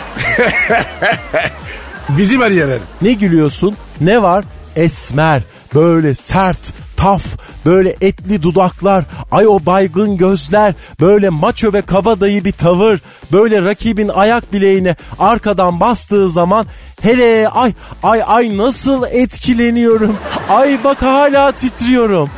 Bizim her yeren.
Ne gülüyorsun? Ne var? Esmer, böyle sert, taf, böyle etli dudaklar, ay o baygın gözler, böyle maço ve kabadayı bir tavır, böyle rakibin ayak bileğine arkadan bastığı zaman hele ay ay ay nasıl etkileniyorum. Ay bak hala titriyorum.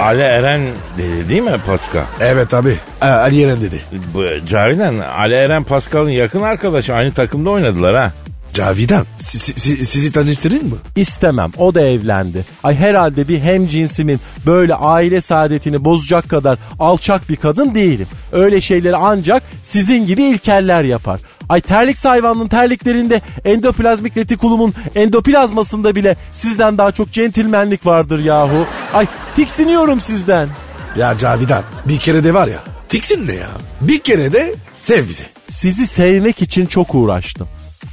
Ali Eren dedi değil mi Pascal?
Evet abi. Ha, her yeren dedi.
Bu, Cavidan Ali Eren Pascal'ın yakın arkadaşı aynı takımda oynadılar ha.
Cavidan si- si- si- sizi tanıştırayım mı?
İstemem. O da evlendi. Ay herhalde bir hemcinsimin böyle aile saadetini bozacak kadar alçak bir kadın değilim. Öyle şeyleri ancak sizin gibi ilkeller yapar. Ay terlik hayvanının terliklerinde endoplazmik retikulumun endoplazmasında bile sizden daha çok centilmenlik vardır yahu. Ay tiksiniyorum sizden.
Ya Cavidan bir kere de var ya tiksin de ya. Bir kere de sev bizi.
Sizi sevmek için çok uğraştım.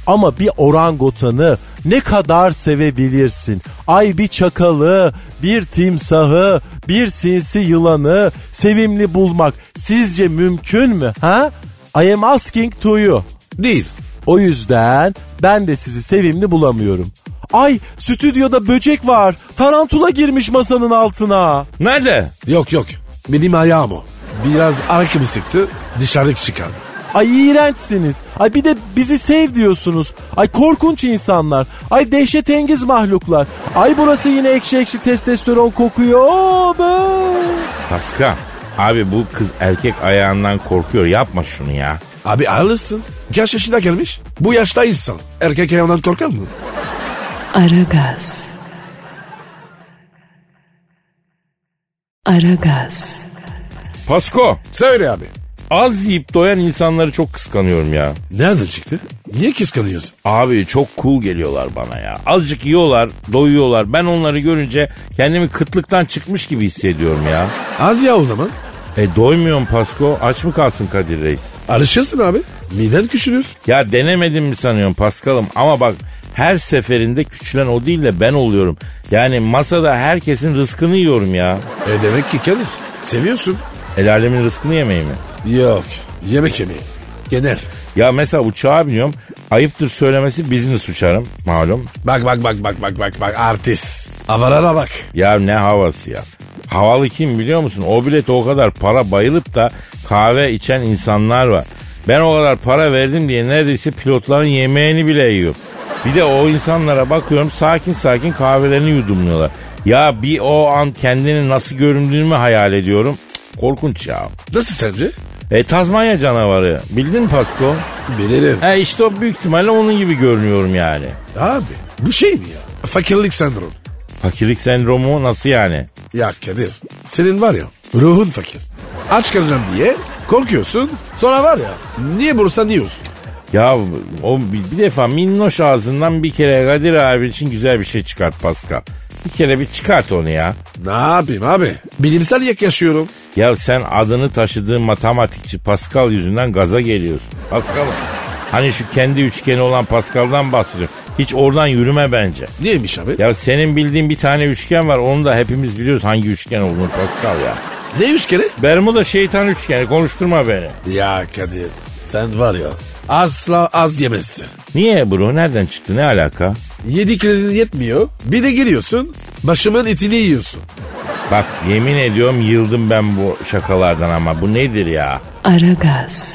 Ama bir orangotanı ne kadar sevebilirsin? Ay bir çakalı, bir timsahı, bir sinsi yılanı sevimli bulmak sizce mümkün mü? Ha? I am asking to you.
Değil.
O yüzden ben de sizi sevimli bulamıyorum. Ay stüdyoda böcek var. Tarantula girmiş masanın altına.
Nerede?
Yok yok. Benim ayağım o. Biraz arkamı sıktı dışarı çıkardı.
Ay iğrençsiniz. Ay bir de bizi sev diyorsunuz. Ay korkunç insanlar. Ay dehşetengiz mahluklar. Ay burası yine ekşi ekşi testosteron kokuyor. Oo, be.
Pascal. Abi bu kız erkek ayağından korkuyor. Yapma şunu ya.
Abi ağırlısın. Kaç yaşına gelmiş? Bu yaşta insan. Erkek ayağından korkar mı?
Aragaz. Aragaz.
Pasko.
Söyle abi.
Az yiyip doyan insanları çok kıskanıyorum ya.
Nereden çıktı? Niye kıskanıyorsun?
Abi çok cool geliyorlar bana ya. Azıcık yiyorlar, doyuyorlar. Ben onları görünce kendimi kıtlıktan çıkmış gibi hissediyorum ya.
Az ya o zaman.
E doymuyorum Pasko. Aç mı kalsın Kadir Reis?
Alışırsın abi. Miden küçülür.
Ya denemedim mi sanıyorsun Paskal'ım? Ama bak her seferinde küçülen o değil de ben oluyorum. Yani masada herkesin rızkını yiyorum ya.
E demek ki Kadir seviyorsun.
El alemin rızkını yemeyi mi?
Yok yemek yemeyi. Genel.
Ya mesela uçağa biniyorum. Ayıptır söylemesi business uçarım malum.
Bak bak bak bak bak bak bak artist. Avarara bak.
Ya ne havası ya. Havalı kim biliyor musun? O bilete o kadar para bayılıp da kahve içen insanlar var. Ben o kadar para verdim diye neredeyse pilotların yemeğini bile yiyorum. Bir de o insanlara bakıyorum sakin sakin kahvelerini yudumluyorlar. Ya bir o an kendini nasıl göründüğümü hayal ediyorum. Cık, Korkunç ya.
Nasıl sence?
E Tazmanya canavarı bildin mi Pasko?
Bilirim.
E işte o büyük ihtimalle onun gibi görünüyorum yani.
Abi bu şey mi ya? Fakirlik sendromu.
Fakirlik sendromu nasıl yani?
Ya Kadir senin var ya ruhun fakir. Aç kalacağım diye Korkuyorsun. Sonra var ya niye bulursan diyorsun.
Ya o bir, bir defa minnoş ağzından bir kere Kadir abi için güzel bir şey çıkart Pascal. Bir kere bir çıkart onu ya.
Ne yapayım abi? Bilimsel yaklaşıyorum.
Ya sen adını taşıdığın matematikçi Pascal yüzünden gaza geliyorsun. Pascal hani şu kendi üçgeni olan Pascal'dan bahsediyorum. Hiç oradan yürüme bence.
Niyeymiş abi?
Ya senin bildiğin bir tane üçgen var. Onu da hepimiz biliyoruz hangi üçgen olduğunu Pascal ya.
Ne üç kere?
Bermuda şeytan üçgeni konuşturma beni.
Ya Kadir sen var ya asla az yemezsin.
Niye bro nereden çıktı ne alaka?
Yedi kredin yetmiyor. Bir de giriyorsun başımın etini yiyorsun.
Bak yemin ediyorum yıldım ben bu şakalardan ama bu nedir ya?
Aragaz.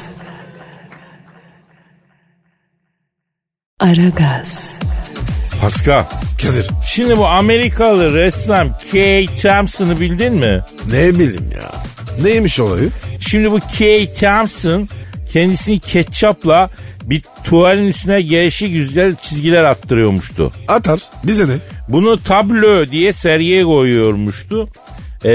Aragaz.
Pascal
Kadir
şimdi bu Amerikalı ressam Kay Thompson'ı bildin mi?
ne bileyim ya. Neymiş olayı?
Şimdi bu Kay Thompson kendisini ketçapla bir tuvalin üstüne gelişi güzel çizgiler attırıyormuştu.
Atar bize ne?
Bunu tablo diye sergiye koyuyormuştu. Ee,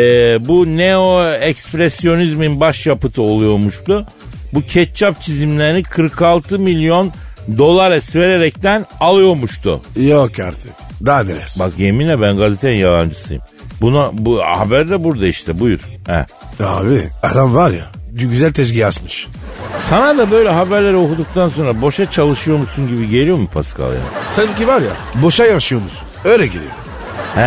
bu neo ekspresyonizmin başyapıtı oluyormuştu. Bu ketçap çizimlerini 46 milyon dolar es vererekten alıyormuştu.
Yok artık. Daha neler?
Bak yeminle ben gazetenin yalancısıyım. Buna bu haber de burada işte buyur. He.
Abi adam var ya güzel tezgah asmış.
Sana da böyle haberleri okuduktan sonra boşa çalışıyor musun gibi geliyor mu Pascal ya?
Sanki var ya boşa yaşıyormuş. Öyle geliyor.
He,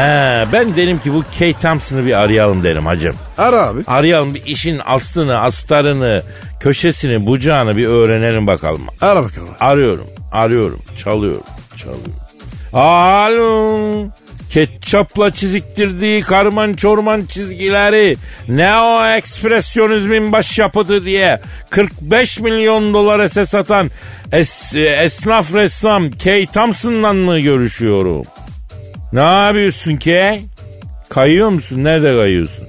ben derim ki bu Kate Thompson'ı bir arayalım derim hacım.
Ara abi.
Arayalım bir işin aslını, astarını, köşesini, bucağını bir öğrenelim bakalım.
Ara bakalım.
Arıyorum, arıyorum, çalıyorum, çalıyorum. Alo. Ketçapla çiziktirdiği karman çorman çizgileri neo ekspresyonizmin başyapıtı diye 45 milyon dolar ese satan es- esnaf ressam Kay Thompson'la mı görüşüyorum? Ne yapıyorsun Kay? Kayıyor musun? Nerede kayıyorsun?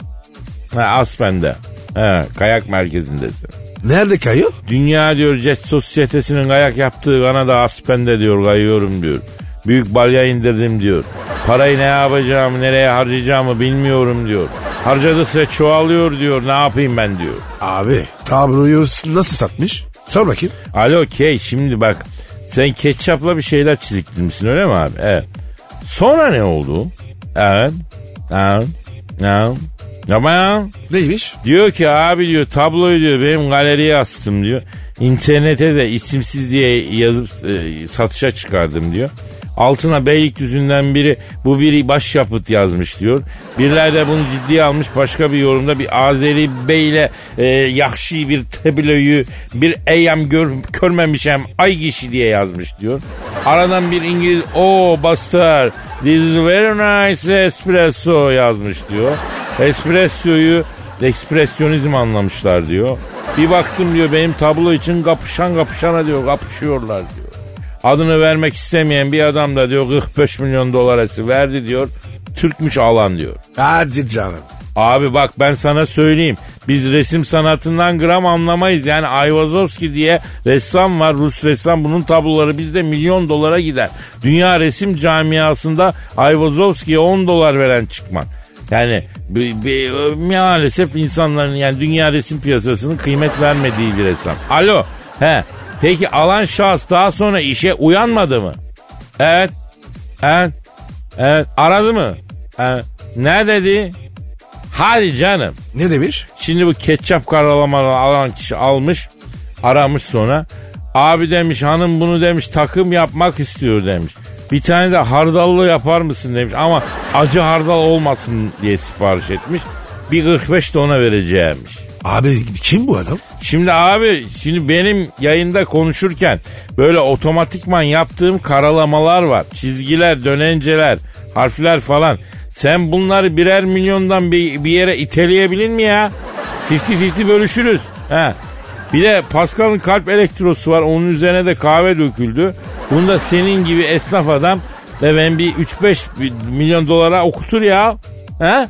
Ha, Aspen'de. Ha, kayak merkezindesin.
Nerede kayıyor?
Dünya diyor jet sosyetesinin kayak yaptığı Kanada Aspen'de diyor kayıyorum diyor. Büyük balya indirdim diyor. Parayı ne yapacağımı nereye harcayacağımı bilmiyorum diyor. Harcadıkça çoğalıyor diyor ne yapayım ben diyor.
Abi tabloyu nasıl satmış? Sor bakayım.
Alo Key şimdi bak sen ketçapla bir şeyler çiziktirmişsin öyle mi abi? Evet. Sonra ne oldu? Evet. Evet. Evet. Tamam.
Neymiş?
Diyor ki abi diyor tabloyu diyor benim galeriye astım diyor. İnternete de isimsiz diye yazıp e, satışa çıkardım diyor. Altına Beylikdüzü'nden biri bu biri başyapıt yazmış diyor. Birileri de bunu ciddiye almış başka bir yorumda bir Azeri beyle e, yakşi bir tabloyu bir eyyem gör, görmemişem ay kişi diye yazmış diyor. Aradan bir İngiliz o bastır this is very nice espresso yazmış diyor. Espressoyu ekspresyonizm anlamışlar diyor. Bir baktım diyor benim tablo için kapışan kapışana diyor kapışıyorlar diyor. Adını vermek istemeyen bir adam da diyor 45 milyon dolar esi verdi diyor. Türkmüş alan diyor.
Hadi canım.
Abi bak ben sana söyleyeyim. Biz resim sanatından gram anlamayız. Yani Ayvazovski diye ressam var. Rus ressam. Bunun tabloları bizde milyon dolara gider. Dünya resim camiasında Ayvazovski'ye 10 dolar veren çıkman. Yani bi- bi- maalesef insanların yani dünya resim piyasasının kıymet vermediği bir ressam. Alo. He. Peki alan şahıs daha sonra işe uyanmadı mı? Evet. Evet. Evet. Aradı mı? Evet. Ne dedi? Hadi canım.
Ne demiş?
Şimdi bu ketçap karalamaları alan kişi almış. Aramış sonra. Abi demiş hanım bunu demiş takım yapmak istiyor demiş. Bir tane de hardallı yapar mısın demiş. Ama acı hardal olmasın diye sipariş etmiş. Bir 45 de ona vereceğimmiş.
Abi kim bu adam?
Şimdi abi şimdi benim yayında konuşurken böyle otomatikman yaptığım karalamalar var. Çizgiler, dönenceler, harfler falan. Sen bunları birer milyondan bir, bir yere iteleyebilir mi ya? Fifti fifti bölüşürüz. He. Bir de Pascal'ın kalp elektrosu var. Onun üzerine de kahve döküldü. Bunu da senin gibi esnaf adam ve ben bir 3-5 milyon dolara okutur ya. He?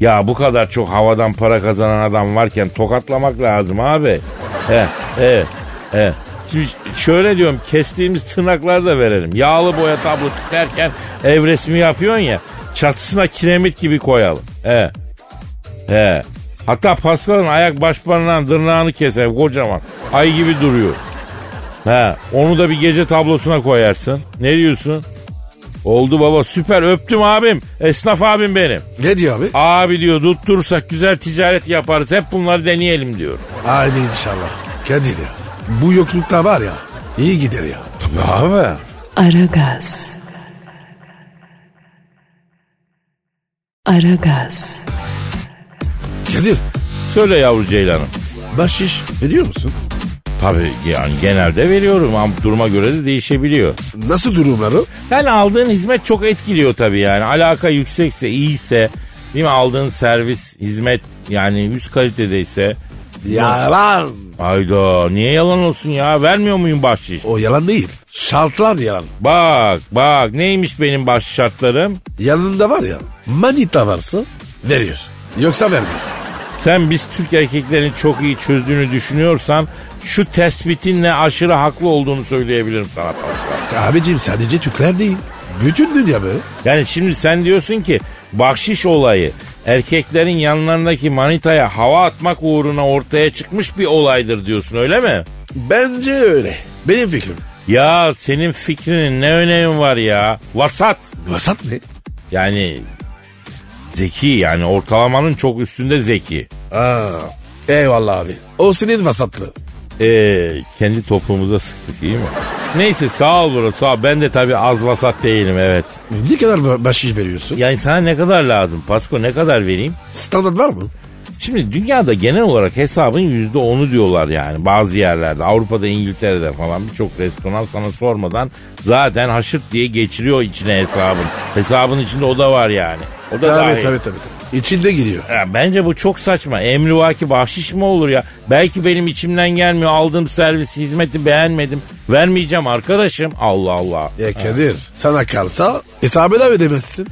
Ya bu kadar çok havadan para kazanan adam varken tokatlamak lazım abi. He, he, he. Şimdi şöyle diyorum kestiğimiz tırnakları da verelim. Yağlı boya tablo çizerken ev resmi yapıyorsun ya. Çatısına kiremit gibi koyalım. He. He. Hatta Pascal'ın ayak başparmağının tırnağını keser kocaman. Ay gibi duruyor. He, onu da bir gece tablosuna koyarsın. Ne diyorsun? Oldu baba süper öptüm abim. Esnaf abim benim.
Ne diyor abi?
Abi diyor tuttursak güzel ticaret yaparız. Hep bunları deneyelim diyor.
Haydi inşallah. Kadir ya. Bu yoklukta var ya. iyi gider ya.
Tabii abi.
Aragaz. Aragaz.
Kadir.
Söyle yavru ceylanım.
Bahşiş ediyor musun?
Tabii yani genelde veriyorum ama duruma göre de değişebiliyor.
Nasıl durumları?
Yani aldığın hizmet çok etkiliyor tabii yani. Alaka yüksekse, iyiyse, değil mi? Aldığın servis, hizmet yani üst kalitedeyse.
Yalan.
Hayda niye yalan olsun ya? Vermiyor muyum bahşiş?
O yalan değil. Şartlar yalan.
Bak bak neymiş benim bahşiş şartlarım?
Yanında var ya manita varsa veriyorsun. Yoksa vermiyorsun.
Sen biz Türk erkeklerin çok iyi çözdüğünü düşünüyorsan şu tespitinle aşırı haklı olduğunu söyleyebilirim sana Pascal.
Abicim sadece Türkler değil. Bütün dünya böyle.
Yani şimdi sen diyorsun ki bahşiş olayı erkeklerin yanlarındaki manitaya hava atmak uğruna ortaya çıkmış bir olaydır diyorsun öyle mi?
Bence öyle. Benim fikrim.
Ya senin fikrinin ne önemi var ya? Vasat.
Vasat ne?
Yani zeki yani ortalamanın çok üstünde zeki.
Aa, eyvallah abi. O senin vasatlığı.
Ee, kendi topuğumuza sıktık iyi mi? Neyse sağ ol bro sağ ol. Ben de tabii az vasat değilim evet.
Ne kadar ba- bahşiş veriyorsun?
Yani sana ne kadar lazım Pasko ne kadar vereyim?
Standart var mı?
Şimdi dünyada genel olarak hesabın yüzde onu diyorlar yani bazı yerlerde Avrupa'da İngiltere'de falan birçok restoran sana sormadan zaten haşırt diye geçiriyor içine hesabın. Hesabın içinde o da var yani. O da
Tabii tabii
dahil.
tabii. tabii. İçinde giriyor.
Ya bence bu çok saçma. Emrivaki bahşiş mi olur ya? Belki benim içimden gelmiyor. Aldığım servis hizmeti beğenmedim. Vermeyeceğim arkadaşım. Allah Allah.
Ya Kadir sana kalsa hesabı da ödemezsin.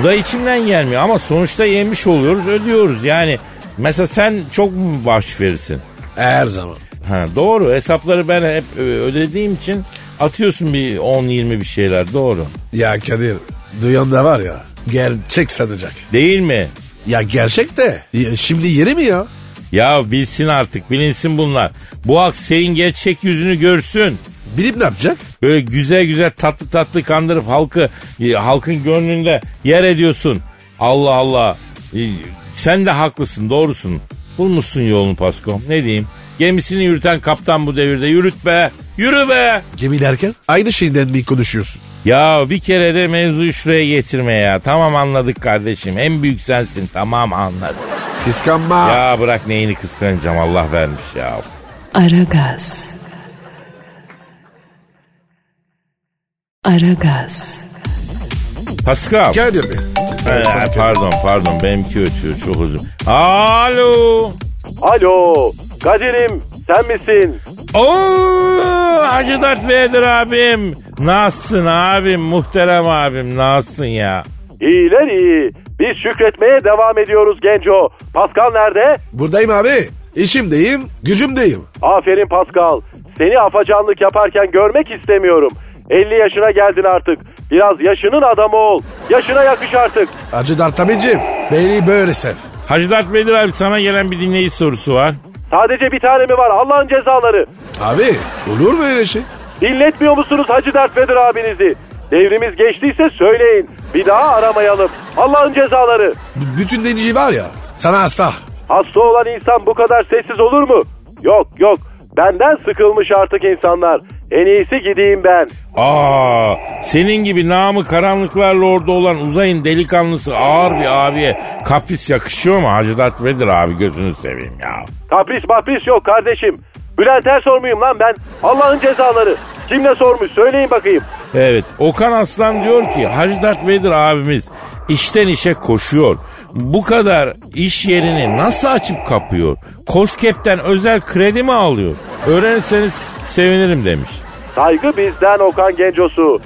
O da içimden gelmiyor ama sonuçta yemiş oluyoruz ödüyoruz. Yani mesela sen çok mu bahşiş verirsin?
Her zaman.
Ha, doğru hesapları ben hep e, ödediğim için atıyorsun bir 10-20 bir şeyler doğru.
Ya Kadir duyan da var ya gerçek sanacak.
Değil mi?
Ya gerçek de ya şimdi yeri mi ya?
Ya bilsin artık bilinsin bunlar. Bu akseyin gerçek yüzünü görsün.
Bilip ne yapacak?
Böyle güzel güzel tatlı tatlı kandırıp halkı e, halkın gönlünde yer ediyorsun. Allah Allah. E, Sen de haklısın doğrusun. Bulmuşsun yolunu Paskom. Ne diyeyim? Gemisini yürüten kaptan bu devirde. Yürüt be. Yürü be.
Gemi derken aynı şeyden mi konuşuyorsun?
Ya bir kere de mevzuyu şuraya getirme ya. Tamam anladık kardeşim. En büyük sensin. Tamam anladık.
Kıskanma.
Ya bırak neyini kıskanacağım Allah vermiş ya.
Aragaz. Aragaz.
Pascal.
Kadir Bey.
Ee, pardon pardon benimki ötüyor çok özür. Alo.
Alo Kadir'im sen misin?
Oo, Hacı Dert Bey'dir abim. Nasılsın abim? Muhterem abim. Nasılsın ya?
İyiler iyi. Biz şükretmeye devam ediyoruz Genco. Pascal nerede?
Buradayım abi. İşimdeyim, gücümdeyim.
Aferin Pascal. Seni afacanlık yaparken görmek istemiyorum. 50 yaşına geldin artık. Biraz yaşının adamı ol. Yaşına yakış artık.
Acı Dartabicim, beni böyle sev.
Hacı Dert Bey'dir abi sana gelen bir dinleyici sorusu var.
Sadece bir tane mi var Allah'ın cezaları.
Abi, olur mu öyle şey?
Dinletmiyor musunuz Hacı Dert Vedir abinizi? Devrimiz geçtiyse söyleyin. Bir daha aramayalım. Allah'ın cezaları.
B- bütün denici var ya, sana hasta.
Hasta olan insan bu kadar sessiz olur mu? Yok yok. Benden sıkılmış artık insanlar. En iyisi gideyim ben.
Aa, senin gibi namı karanlıklarla orada olan uzayın delikanlısı ağır bir abiye kapris yakışıyor mu Hacı Dert Vedir abi gözünü seveyim ya.
Kapris mapris yok kardeşim. Bülent Ersoy muyum lan ben? Allah'ın cezaları. Kim ne sormuş söyleyin bakayım.
Evet Okan Aslan diyor ki Hacı Dert Vedir abimiz işten işe koşuyor. Bu kadar iş yerini nasıl açıp kapıyor? Koskep'ten özel kredi mi alıyor? Öğrenirseniz sevinirim demiş.
Saygı bizden Okan Gencosu.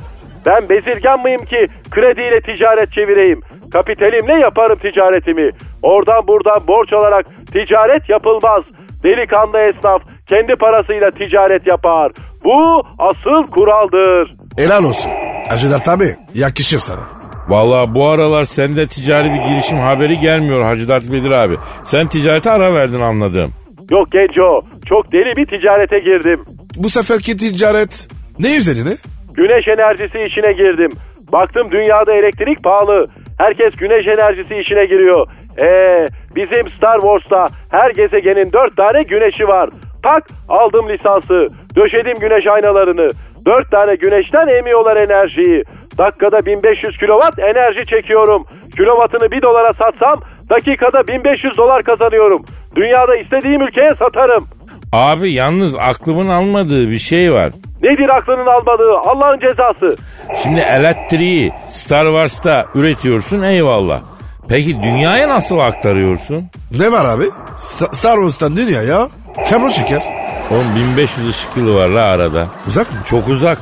Ben bezirgen miyim ki krediyle ticaret çevireyim? Kapitalimle yaparım ticaretimi. Oradan buradan borç alarak ticaret yapılmaz. Delikanlı esnaf kendi parasıyla ticaret yapar. Bu asıl kuraldır.
Helal olsun. Acı Dartabi, yakışır sana.
Valla bu aralar sende ticari bir girişim haberi gelmiyor Hacı Dert Bedir abi. Sen ticarete ara verdin anladım.
Yok Genco, çok deli bir ticarete girdim.
Bu seferki ticaret ne üzerine?
Güneş enerjisi işine girdim. Baktım dünyada elektrik pahalı. Herkes güneş enerjisi işine giriyor. Ee, bizim Star Wars'ta her gezegenin dört tane güneşi var. Tak aldım lisansı. Döşedim güneş aynalarını. Dört tane güneşten emiyorlar enerjiyi. Dakikada 1500 kilowatt enerji çekiyorum. Kilovatını 1 dolara satsam dakikada 1500 dolar kazanıyorum. Dünyada istediğim ülkeye satarım.
Abi yalnız aklımın almadığı bir şey var.
Nedir aklının almadığı Allah'ın cezası.
Şimdi elektriği Star Wars'ta üretiyorsun eyvallah. Peki dünyaya nasıl aktarıyorsun?
Ne var abi? Sa- Star Wars'tan dünya ya. Kamera çeker.
Oğlum 1500 ışık yılı var la arada.
Uzak mı?
Çok uzak.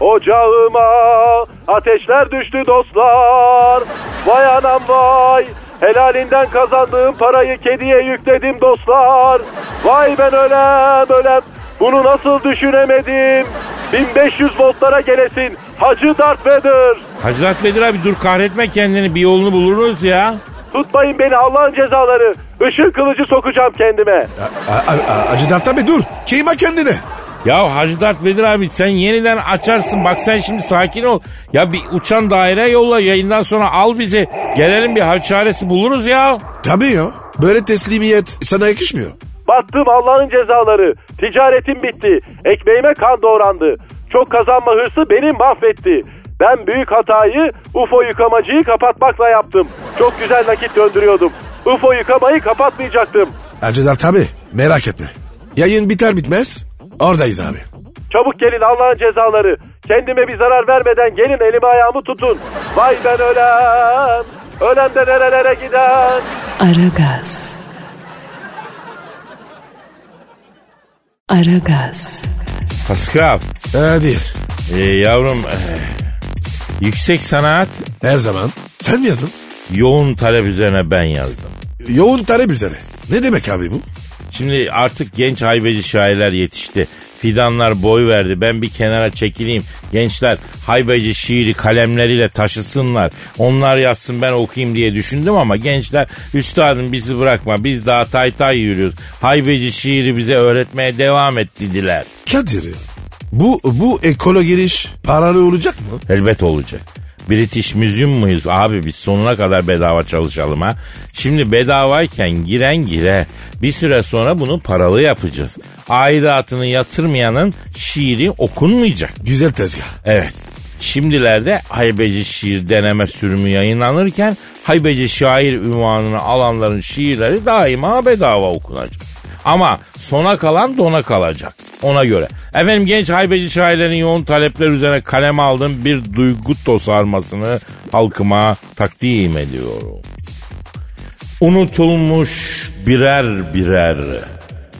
Ocağıma ateşler düştü dostlar. Vay anam vay. Helalinden kazandığım parayı kediye yükledim dostlar. Vay ben ölem ölem. Bunu nasıl düşünemedim? 1500 voltlara gelesin. Hacı Darth Vader.
Hacı Dert Bedir abi dur kahretme kendini bir yolunu buluruz ya.
Tutmayın beni Allah'ın cezaları. Işın kılıcı sokacağım kendime.
A- a- a- Acı Dert abi dur. Kıyma kendine.
Ya Hacı Dert Vedir abi sen yeniden açarsın. Bak sen şimdi sakin ol. Ya bir uçan daire yolla yayından sonra al bizi. Gelelim bir hal çaresi buluruz ya.
Tabii ya. Böyle teslimiyet sana yakışmıyor.
Battım Allah'ın cezaları. Ticaretim bitti. Ekmeğime kan doğrandı. Çok kazanma hırsı beni mahvetti. Ben büyük hatayı UFO yıkamacıyı kapatmakla yaptım. Çok güzel nakit döndürüyordum. UFO yıkamayı kapatmayacaktım.
Acı Dert abi merak etme. Yayın biter bitmez oradayız abi.
Çabuk gelin Allah'ın cezaları. Kendime bir zarar vermeden gelin elimi ayağımı tutun. Vay ben ölen. Ölen de nerelere giden.
Aragaz. Aragaz.
Pascal.
Hadi
e, yavrum. eh, yüksek sanat
her zaman. Sen mi yazdın?
yoğun talep üzerine ben yazdım.
Yoğun talep üzere. Ne demek abi bu?
Şimdi artık genç haybeci şairler yetişti. Fidanlar boy verdi. Ben bir kenara çekileyim. Gençler haybeci şiiri kalemleriyle taşısınlar. Onlar yazsın ben okuyayım diye düşündüm ama gençler üstadım bizi bırakma. Biz daha tay tay yürüyoruz. Haybeci şiiri bize öğretmeye devam et dediler.
Kadir ya. Bu, bu ekolo giriş paralı olacak mı?
Elbet olacak. British Museum muyuz? Abi biz sonuna kadar bedava çalışalım ha. Şimdi bedavayken giren gire. Bir süre sonra bunu paralı yapacağız. Aidatını yatırmayanın şiiri okunmayacak.
Güzel tezgah.
Evet. Şimdilerde haybeci şiir deneme sürümü yayınlanırken haybeci şair ünvanını alanların şiirleri daima bedava okunacak. Ama sona kalan dona kalacak. Ona göre. Efendim genç haybeci şairlerin yoğun talepler üzerine kaleme aldığım bir duygu tosarmasını halkıma takdim ediyorum. Unutulmuş birer birer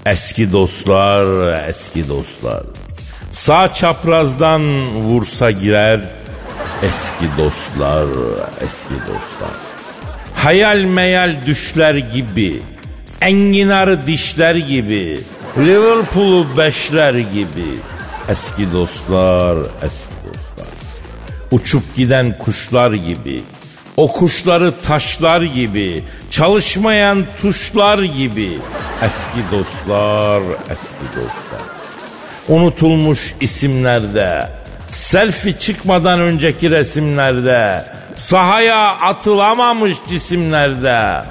eski dostlar eski dostlar. Sağ çaprazdan vursa girer eski dostlar eski dostlar. Hayal meyal düşler gibi enginarı dişler gibi Liverpool'u beşler gibi eski dostlar eski dostlar uçup giden kuşlar gibi. O kuşları taşlar gibi, çalışmayan tuşlar gibi. Eski dostlar, eski dostlar. Unutulmuş isimlerde, selfie çıkmadan önceki resimlerde, sahaya atılamamış cisimlerde.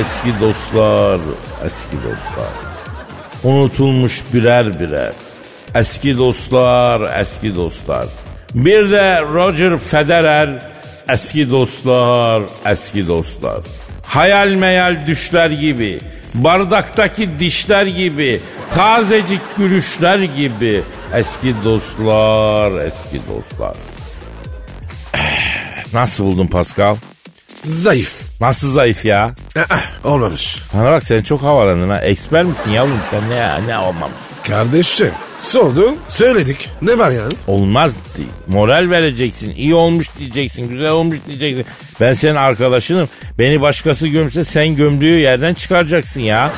Eski dostlar, eski dostlar. Unutulmuş birer birer. Eski dostlar, eski dostlar. Bir de Roger Federer, eski dostlar, eski dostlar. Hayal meyal düşler gibi, bardaktaki dişler gibi, tazecik gülüşler gibi. Eski dostlar, eski dostlar. Eh, Nasıl buldun Pascal?
Zayıf.
Nasıl zayıf ya?
Aa, olmamış.
Bana bak sen çok havalandın ha. Eksper misin yavrum sen ne, ne olmam?
Kardeşim sordun söyledik. Ne var yani?
Olmaz. diye. Moral vereceksin. iyi olmuş diyeceksin. Güzel olmuş diyeceksin. Ben senin arkadaşınım. Beni başkası gömse sen gömdüğü yerden çıkaracaksın ya.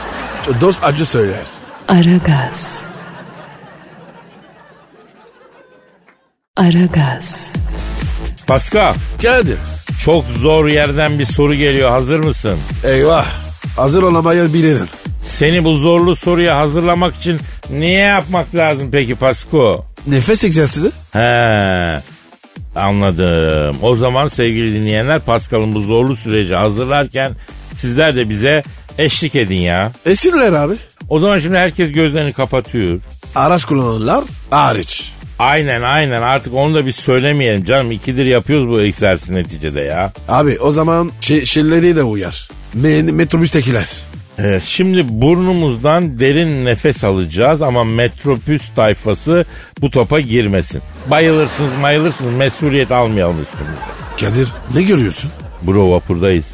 Dost acı söyler.
Aragaz. Aragaz.
Pascal
Kadir
Çok zor yerden bir soru geliyor. Hazır mısın?
Eyvah. Hazır olamayabilirim.
Seni bu zorlu soruya hazırlamak için niye yapmak lazım peki Pasko?
Nefes egzersizi?
He. Anladım. O zaman sevgili dinleyenler Pascal'ın bu zorlu süreci hazırlarken sizler de bize eşlik edin ya.
Esirler abi.
O zaman şimdi herkes gözlerini kapatıyor.
Araç kullananlar hariç.
Aynen aynen artık onu da bir söylemeyelim canım. İkidir yapıyoruz bu egzersiz neticede ya.
Abi o zaman şey, şeyleri de uyar. Me metrobüstekiler.
Ee, şimdi burnumuzdan derin nefes alacağız ama metropüs tayfası bu topa girmesin. Bayılırsınız mayılırsınız mesuliyet almayalım üstümüze.
Kadir ne görüyorsun?
Bro vapurdayız.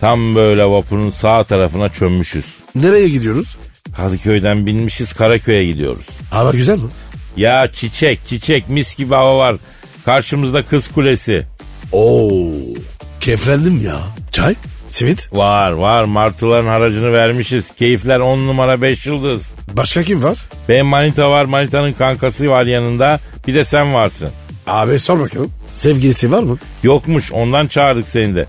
Tam böyle vapurun sağ tarafına çömmüşüz.
Nereye gidiyoruz?
Kadıköy'den binmişiz Karaköy'e gidiyoruz.
Hava güzel mi?
Ya çiçek çiçek mis gibi hava var. Karşımızda kız kulesi.
Oo. Kefrendim ya. Çay? Simit?
Var var martıların haracını vermişiz. Keyifler 10 numara 5 yıldız.
Başka kim var?
Benim manita var manitanın kankası var yanında. Bir de sen varsın.
Abi sor bakalım. Sevgilisi var mı?
Yokmuş ondan çağırdık seni de.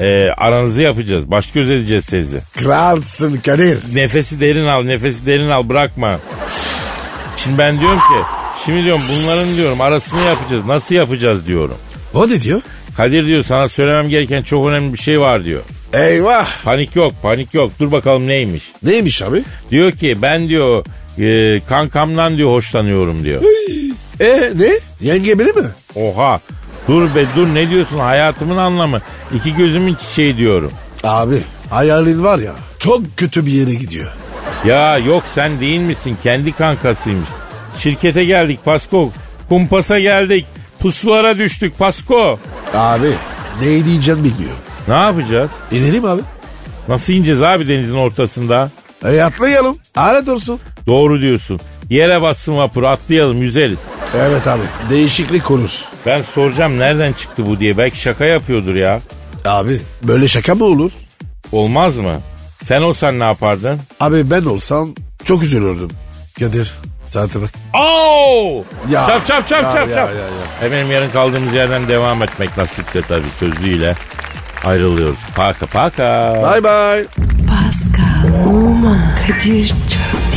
Ee, aranızı yapacağız. Baş göz edeceğiz sizi.
Kralsın Kadir.
Nefesi derin al, nefesi derin al bırakma. Şimdi ben diyorum ki, şimdi diyorum bunların diyorum arasını yapacağız. Nasıl yapacağız diyorum.
O ne diyor?
Kadir diyor sana söylemem gereken çok önemli bir şey var diyor.
Eyvah.
Panik yok, panik yok. Dur bakalım neymiş.
Neymiş abi?
Diyor ki ben diyor e, kankamdan diyor hoşlanıyorum diyor.
E ne? Yenge beni mi?
Oha. Dur be dur ne diyorsun hayatımın anlamı. İki gözümün çiçeği diyorum.
Abi hayalin var ya çok kötü bir yere gidiyor.
Ya yok sen değil misin? Kendi kankasıymış. Şirkete geldik Pasko. Kumpasa geldik. Pusulara düştük Pasko.
Abi ne diyeceğim bilmiyorum.
Ne yapacağız?
İnelim abi.
Nasıl ineceğiz abi denizin ortasında?
E atlayalım. Alet olsun.
Doğru diyorsun. Yere batsın vapur atlayalım yüzeriz.
Evet abi değişiklik olur.
Ben soracağım nereden çıktı bu diye. Belki şaka yapıyordur ya.
Abi böyle şaka mı olur?
Olmaz mı? Sen olsan ne yapardın?
Abi ben olsam çok üzülürdüm. Kadir saate bak.
Oo!
Ya,
çap çap çap
ya,
çap
ya,
çap.
ya, ya.
Efendim yarın kaldığımız yerden devam etmek nasipse tabii sözüyle ayrılıyoruz. Paka paka.
Bay bay.
Pascal, Oman, Kadir çok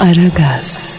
Aragaz.